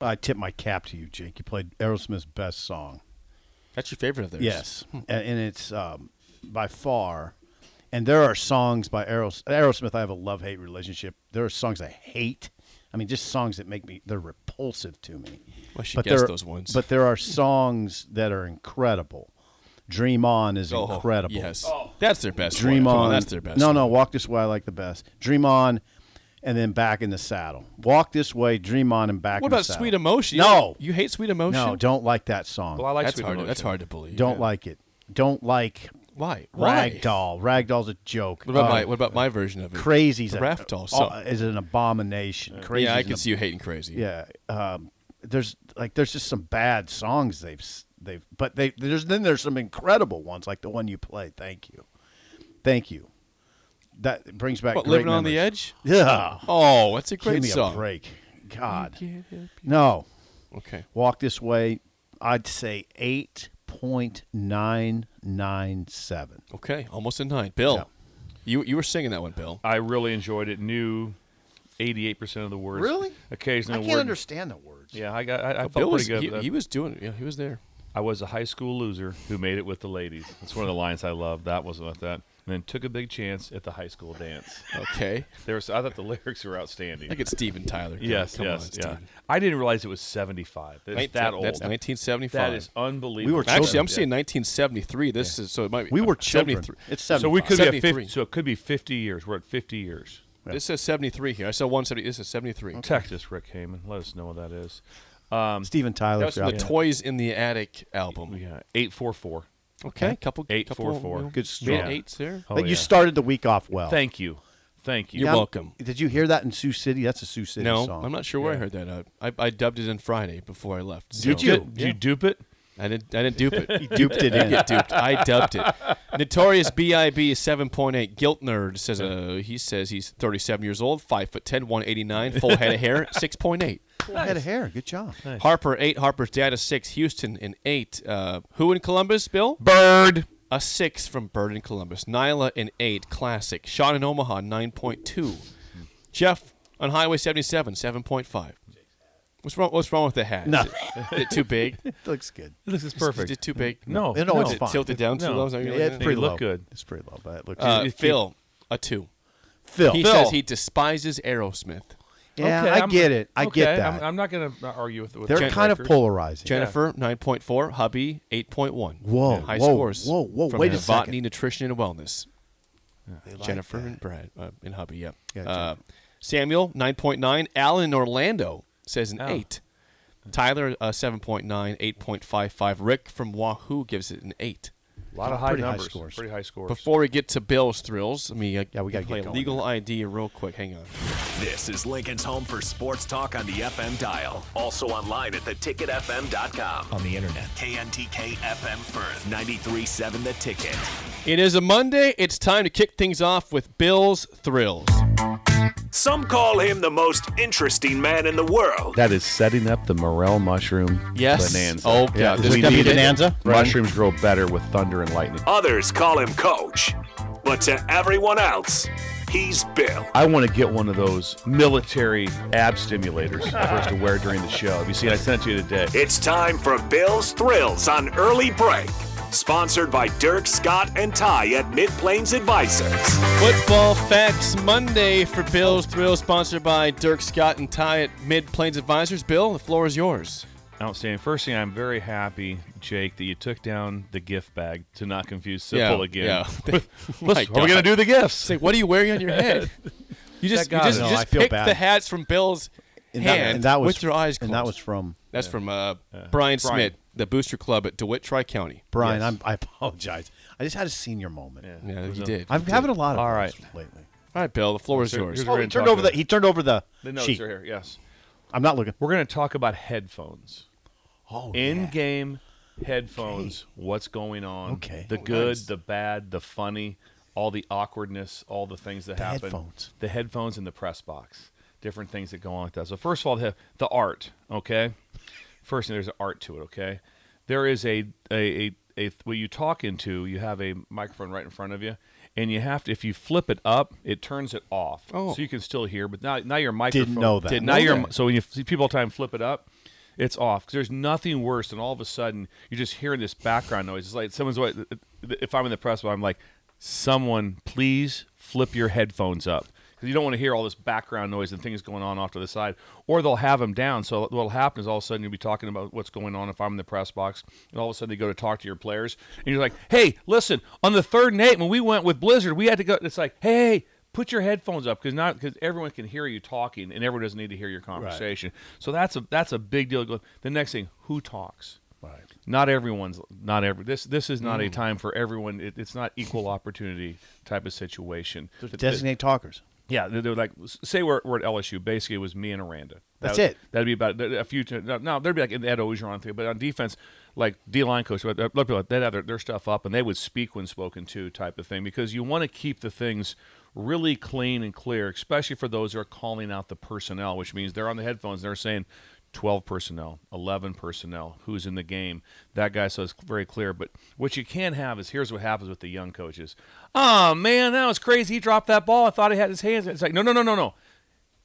I tip my cap to you, Jake. You played Aerosmith's best song. That's your favorite of theirs. Yes, Hmm. and, and it's um, by far. And there are songs by Aeros- Aerosmith. I have a love hate relationship. There are songs I hate. I mean, just songs that make me they're repulsive to me. I should But guess there, those ones. But there are songs that are incredible. Dream on is Oh, incredible. Yes. That's their best. Dream one. on. Come That's their best. No, one. no. Walk this way. I like the best. Dream on, and then back in the saddle. Walk this way. Dream on and back. What in the about saddle. Sweet Emotion? You- No. You hate Sweet Emotion? No, don't like that song. Well, I like that's Sweet hard. Emotion. That's hard to believe. don't Yeah. like it. Don't like Why? Why? ragdoll. Ragdoll's a joke. What about Uh, my What about my version of it? Crazy's The a, Raft doll uh, song. is an abomination. Crazy. yeah, I can see you hating Crazy. Yeah, um, there's like there's just some bad songs they've s- they've but they there's then there's some incredible ones like the one you played. Thank you, thank you. That brings back What, great Living on the memories. Edge? Yeah, Oh, that's a great give me song. a break. God, Can't help you. no. Okay. Walk this way. I'd say eight point nine nine seven. Okay. Almost a nine. Bill, you you were singing that one, Bill. I really enjoyed it. Knew 88% of the words. Really? I Occasionally, can't word. understand the words. Yeah, I got. I, I felt Bill pretty was good. he, with that. he was doing. it. Yeah, he was there. I was a high school loser who made it with the ladies. That's one of the lines I love. That was about that. And then took a big chance at the high school dance. Okay. There was, I thought the lyrics were outstanding. Look at Steven Tyler. God, yes, come yes, on, yeah. Steven. I didn't realize it was 75. That's Nin- that old. That's 1975. That is unbelievable. We were Actually, children. I'm seeing 1973. This is so it might be. We were uh, children. 73. It's seven. So we could be at 73. 50, so it could be 50 years. We're at 50 years. This says 73 here. I saw 170. This is 73. Text us, Rick Heyman. Let us know what that is. Steven Tyler. That was from the throughout- Toys in the Attic album. Yeah, 844. Okay, couple Eight, couple four, four. little Good mid strong. eights there. Oh, But you yeah. started the week off well. Thank you. Thank you. You're Now, welcome. Did you hear that in Sioux City? That's a Sioux City No, song. I'm not sure where I heard that. I, I, I dubbed it in Friday before I left. so- Did you, did you dupe it? I didn't. I didn't dupe it. you duped it in. get duped. I dubbed it. Notorious B.I.B. is 7.8. Guilt nerd says uh, he says he's 37 years old, five foot 10, 189, full head of hair, 6.8. Head of hair. Good job. Harper eight. Harper's dad is six. Houston in eight. Uh, who in Columbus? Bill Bird. a six from Bird in Columbus. Nyla in eight. Classic. Sean in Omaha nine point two. Jeff on Highway seventy seven seven point five. What's wrong? What's wrong with the hat? No. Is it- is it too big? Looks good. This is Is it too big? No, No, no, no. it's Oh, Is it fine. tilted down too No. low? Is that what Yeah, you're it's looking at? pretty They low. look good. It's pretty low, but it looks Uh, good. Phil a two. Phil. He Phil. says he despises Aerosmith. yeah, Okay, I I'm- get it. I get okay, that. I'm, I'm not going to argue with. with They're that kind of record. polarizing. Jennifer nine point four. Hubby eight point one. Whoa, High whoa, scores. whoa, whoa, From wait a Novotny second. Nutrition and Wellness. They like Jennifer that. and Brad uh, and hubby. Yep. Yeah, uh, Samuel nine point nine. Alan in Orlando says an Oh. eight. Tyler uh, 7.9, 8.55. Rick from Wahoo gives it an eight. A lot of high Pretty high numbers. scores. Pretty high scores. Before we get to Bill's thrills, I mean, uh, Yeah, we gotta play get going legal ID real quick. Hang on. This is Lincoln's home for sports talk on the FM dial. Also online at theticketfm.com. On the internet. KNTK FM Firth, 93.7 The Ticket. It is a Monday. It's time to kick things off with Bill's thrills. Some call him the most interesting man in the world. That is setting up the morel mushroom Yes. bonanza. Oh, God. This is We gonna be need it. bonanza? Mushrooms grow better with thunder and lightning. Others call him coach. But to everyone else, he's Bill. I want to get one of those military ab stimulators for us to wear during the show. Have you seen? I sent it to you today. It's time for Bill's Thrills on Early Break. Sponsored by Dirk, Scott, and Ty at Mid Plains Advisors. Football Facts Monday for Bill's Thrills, sponsored by Dirk Scott and Ty at Mid Plains Advisors. Bill, the floor is yours. Outstanding. First thing, I'm very happy, Jake, that you took down the gift bag to not confuse simple Yeah, again. yeah. With- My Listen, are we gonna God. do the gifts? Say, what are you wearing on your head? You just, That you got just, it. you No, just I feel picked bad. the hats from Bill's And that, hand and that was with your eyes closed. And that was from That's from uh, Brian Smith, the Booster Club at DeWitt Tri County. Brian. I'm, I apologize. I just had a senior moment. Yeah, you did. I'm having a lot of All those right. lately. All right, Bill, the floor is Sure, yours. here's- Oh, gonna he turned talk over the about- he turned over the, The notes sheet. are here. Oh, Yes. I'm not looking. We're gonna talk about headphones. Oh, yeah. in-game headphones. What's going on? Okay. The Oh, good, the bad, the funny, all the awkwardness, all the things that The happen. headphones. The headphones and the press box. Different things that go on with that. So first of all, the, the art. Okay. First, there's an art to it. Okay. There is a a a, a when you talk into, you have a microphone right in front of you. And you have to, if you flip it up, it turns it off, Oh. so you can still hear. But now, now your microphone know that. Didn't now know your that. mi- so when you see people all the time flip it up, it's off. 'Cause there's nothing worse than all of a sudden you're just hearing this background noise. It's like someone's. wa- If I'm in the press, box, I'm like, someone, please flip your headphones up because you don't want to hear all this background noise and things going on off to the side. Or they'll have them down. So what'll happen is all of a sudden you'll be talking about what's going on if I'm in the press box, and all of a sudden they go to talk to your players, and you're like, "Hey, listen, on the third and eight when we went with Blizzard, we had to go." It's like, "Hey." Put your headphones up because not because everyone can hear you talking and everyone doesn't need to hear your conversation. So that's a that's a big deal. The next thing, who talks? Right. not everyone's not every this this is Mm. not a time for everyone it, it's not equal opportunity type of situation Th- th- Designate talkers. yeah they- they're like say we're, we're at lsu basically it was me and aranda That That's would- it. that'd that'd be about a few t- no, no there'd be like an ed ogeron thing but on defense like d-line coach but uh, look they'd have their, their stuff up and they would speak when spoken to type of thing because you want to keep the things really clean and clear especially for those who are calling out the personnel which means they're on the headphones they're saying 12 personnel, 11 personnel, who's in the game. That guy so it's very clear. But what you can have is here's what happens with the young coaches. Oh, man, that was crazy. He dropped that ball. I thought he had his hands. It's like, no, no, no, no, no.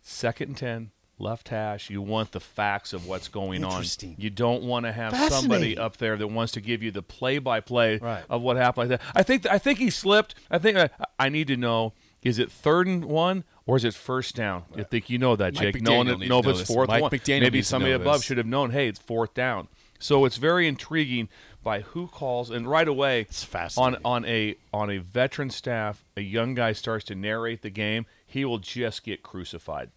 Second and 10, left hash. You want the facts of what's going on. Interesting. You don't want to have somebody Fascinating. up there that wants to give you the play by play Right. of what happened like that. I think I think he slipped. I think I, I need to know is it third and one or is it first down? I think you know that, Mike Jake. no one McDaniel needs know if to know it's this. fourth Mike one. McDaniel Maybe needs to somebody know above this. should have known. Hey, it's fourth down. So it's very intriguing by who calls and right away It's fascinating. on on a on a veteran staff, a young guy starts to narrate the game, he will just get crucified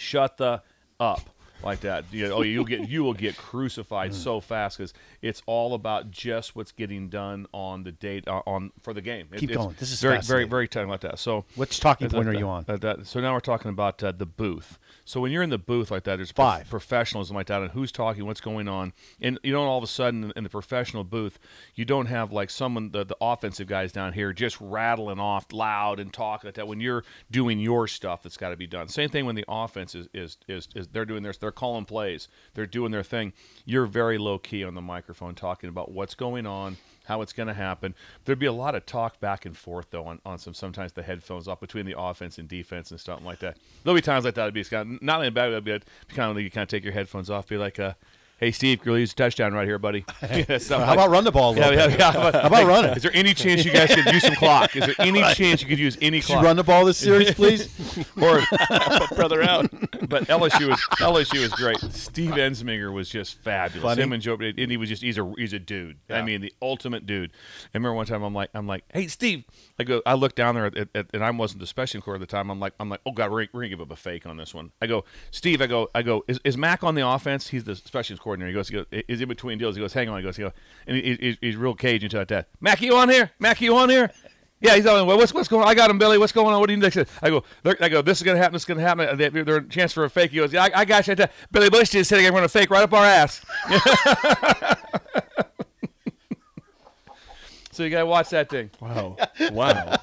shut the up like that. You know, oh, you'll get you will get crucified so fast because it's all about just what's getting done on the date uh, on for the game. It- Keep it's going. This is very very fascinating. very tight about that. So Which talking that- point that- are you on? that- uh, that- so now we're talking about uh, the booth. So when you're in the booth like that, there's Five. professionals like that, and who's talking, what's going on, and you don't all of a sudden in the professional booth, you don't have like someone the, the offensive guys down here just rattling off loud and talking like that. When you're doing your stuff, that's got to be done. Same thing when the offense is is, is is they're doing their they're calling plays, they're doing their thing. You're very low key on the microphone talking about what's going on how it's going to happen. There'd be a lot of talk back and forth though on, on some sometimes the headphones off between the offense and defense and something like that. There'll be times like that. It'd be kind of, not only bad, it'd be it'd be kind of like you kind of take your headphones off, be like, uh, "Hey Steve, Gurley's touchdown right here, buddy." Yeah, stuff How like- about run the ball a yeah, little yeah, bit? yeah. How about, about run it? Is there any chance you guys could use some clock? Is there any chance you could use any Could you clock? run the ball this series, please? or brother out. But LSU is LSU is great. Steve Ensminger was just fabulous. Funny. Him and Joe, and he was just he's a he's a dude. I mean, the ultimate dude. I remember one time I'm like I'm like, hey Steve, I go I look down there at, at, and I wasn't the special court at the time. I'm like I'm like oh god, we're, we're gonna give up a fake on this one. I go Steve, I go I go is, is Mac on the offense? He's the specials coordinator. He goes he goes is in between deals. He goes hang on. He goes he goes and he, he- he's real cagey like that. Mac, you on here? Mac, you on here? Yeah, he's all, what's what's going on? I got him, Billy. What's going on? What do you think? I go, "Look," I go, this is going to happen. This is going to happen. They- They're, a chance for a fake. He goes, yeah, I, I got you. Billy Bush just said, I'm going to fake right up our ass. so you got to watch that thing. Wow. Wow.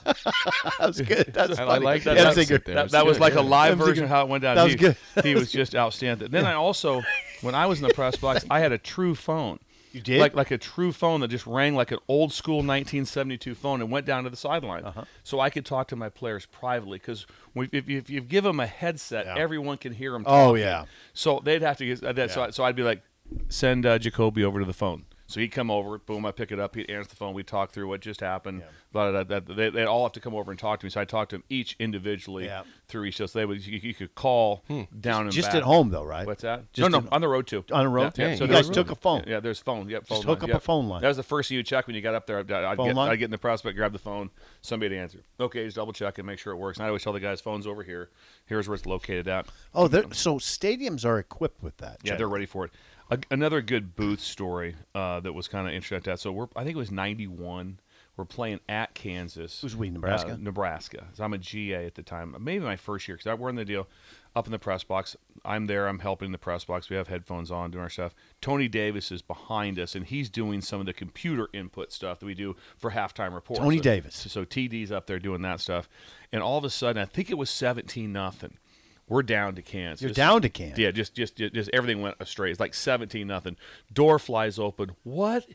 That's good. That's I, I funny. like that. Yeah, That's that's it good. there. That, It's that was good, like yeah. a live That was version of how it went down. that was he, good. He was just outstanding. Then I also, when I was in the press box, I had a true phone. You did? Like like a true phone that just rang like an old school 1972 phone and went down to the sideline, Uh-huh. so I could talk to my players privately. Because if, you- if you give them a headset, everyone can hear them. Oh yeah. So they'd have to get uh, that. So, I, so I'd be like, send uh, Jacoby over to the phone. So he'd come over, boom, I pick it up. He'd answer the phone. We'd talk through what just happened. Blah, blah, blah, blah. They, they'd all have to come over and talk to me. So I talked to them each individually Yeah. through each. So they would, you, you could call down and Hmm. Just back. at home though, right? What's that? Just no, at- no, on the road too. On the road? Yeah, Dang, so you there's- guys took a phone. Yeah, there's phone. Yeah, phone hook lines, up a yeah. phone line. That was the first thing you check when you got up there. I'd, I'd, Phone get, line? I'd get in the prospect, grab the phone, somebody to answer. Okay, just double check and make sure it works. And I always tell the guys, phone's over here. Here's where it's located at. Oh, they're- so stadiums are equipped with that. Yeah, Jay. they're ready for it. A, another good booth story uh, that was kind of interesting. At that. So we're, I think it was '91. We're playing at Kansas. Who's we, Nebraska? Uh, Nebraska. So I'm a GA at the time. Maybe my first year because I we're in the deal up in the press box. I'm there. I'm helping in the press box. We have headphones on, doing our stuff. Tony Davis is behind us, and he's doing some of the computer input stuff that we do for halftime reports. Tony So- Davis. so TD's up there doing that stuff, and all of a sudden, I think it was 17 nothing. We're down to Kansas. You're down to Kansas. Yeah, just just just just everything went astray. It's like seventeen nothing. Door flies open. What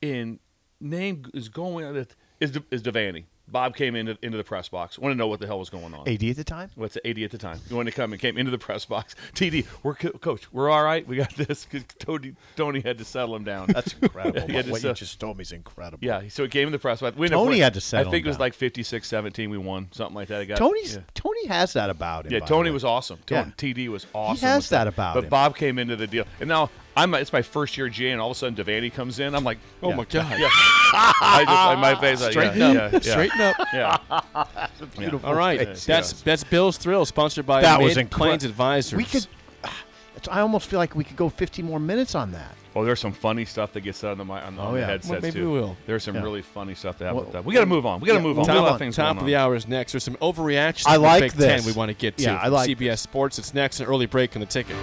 in name is going on? Is is Devaney? Bob came into into the press box. Want to know what the hell was going on? AD at the time. What's the 80 at the time? You wanted to come and came into the press box. TD, we're co- coach. We're all right. We got this. 'Cause Tony, Tony had to settle him down. That's incredible. Yeah, what just, you uh, just told me is incredible. yeah. So it came in the press box. We ended up Tony winning. had to settle I think him it was down. like 56-17 We won something like that. I got, Tony's yeah. Tony has that about him. Yeah, by the Tony way. was awesome. Tony, Yeah. TD was awesome. has with that about But him. Bob came into the deal, and now I'm. It's my first year at GA, and all of a sudden Devaney comes in. I'm like, Oh yeah. my God! Yeah. I just, in my face, like, Straighten yeah, up! yeah, yeah. Straighten up! Yeah. All right, face. that's that's Bill's Thrill, sponsored by That was Mid incre- Plains Advisors. We could. it's- I almost feel like we could go 50 more minutes on that. Oh, there's some funny stuff that gets said on the mi- on the, Oh, on the yeah. headsets Well, maybe too. we will. There's some Yeah. really funny stuff that happens. Well, with that. We got to move on. We got to yeah, move on. we'll We got a move lot on. of things Top going of on. the hour is next. There's some overreaction. I in the like Big this. Ten we want to get to. Yeah, I like CBS Sports. It's next. An early break in the ticket.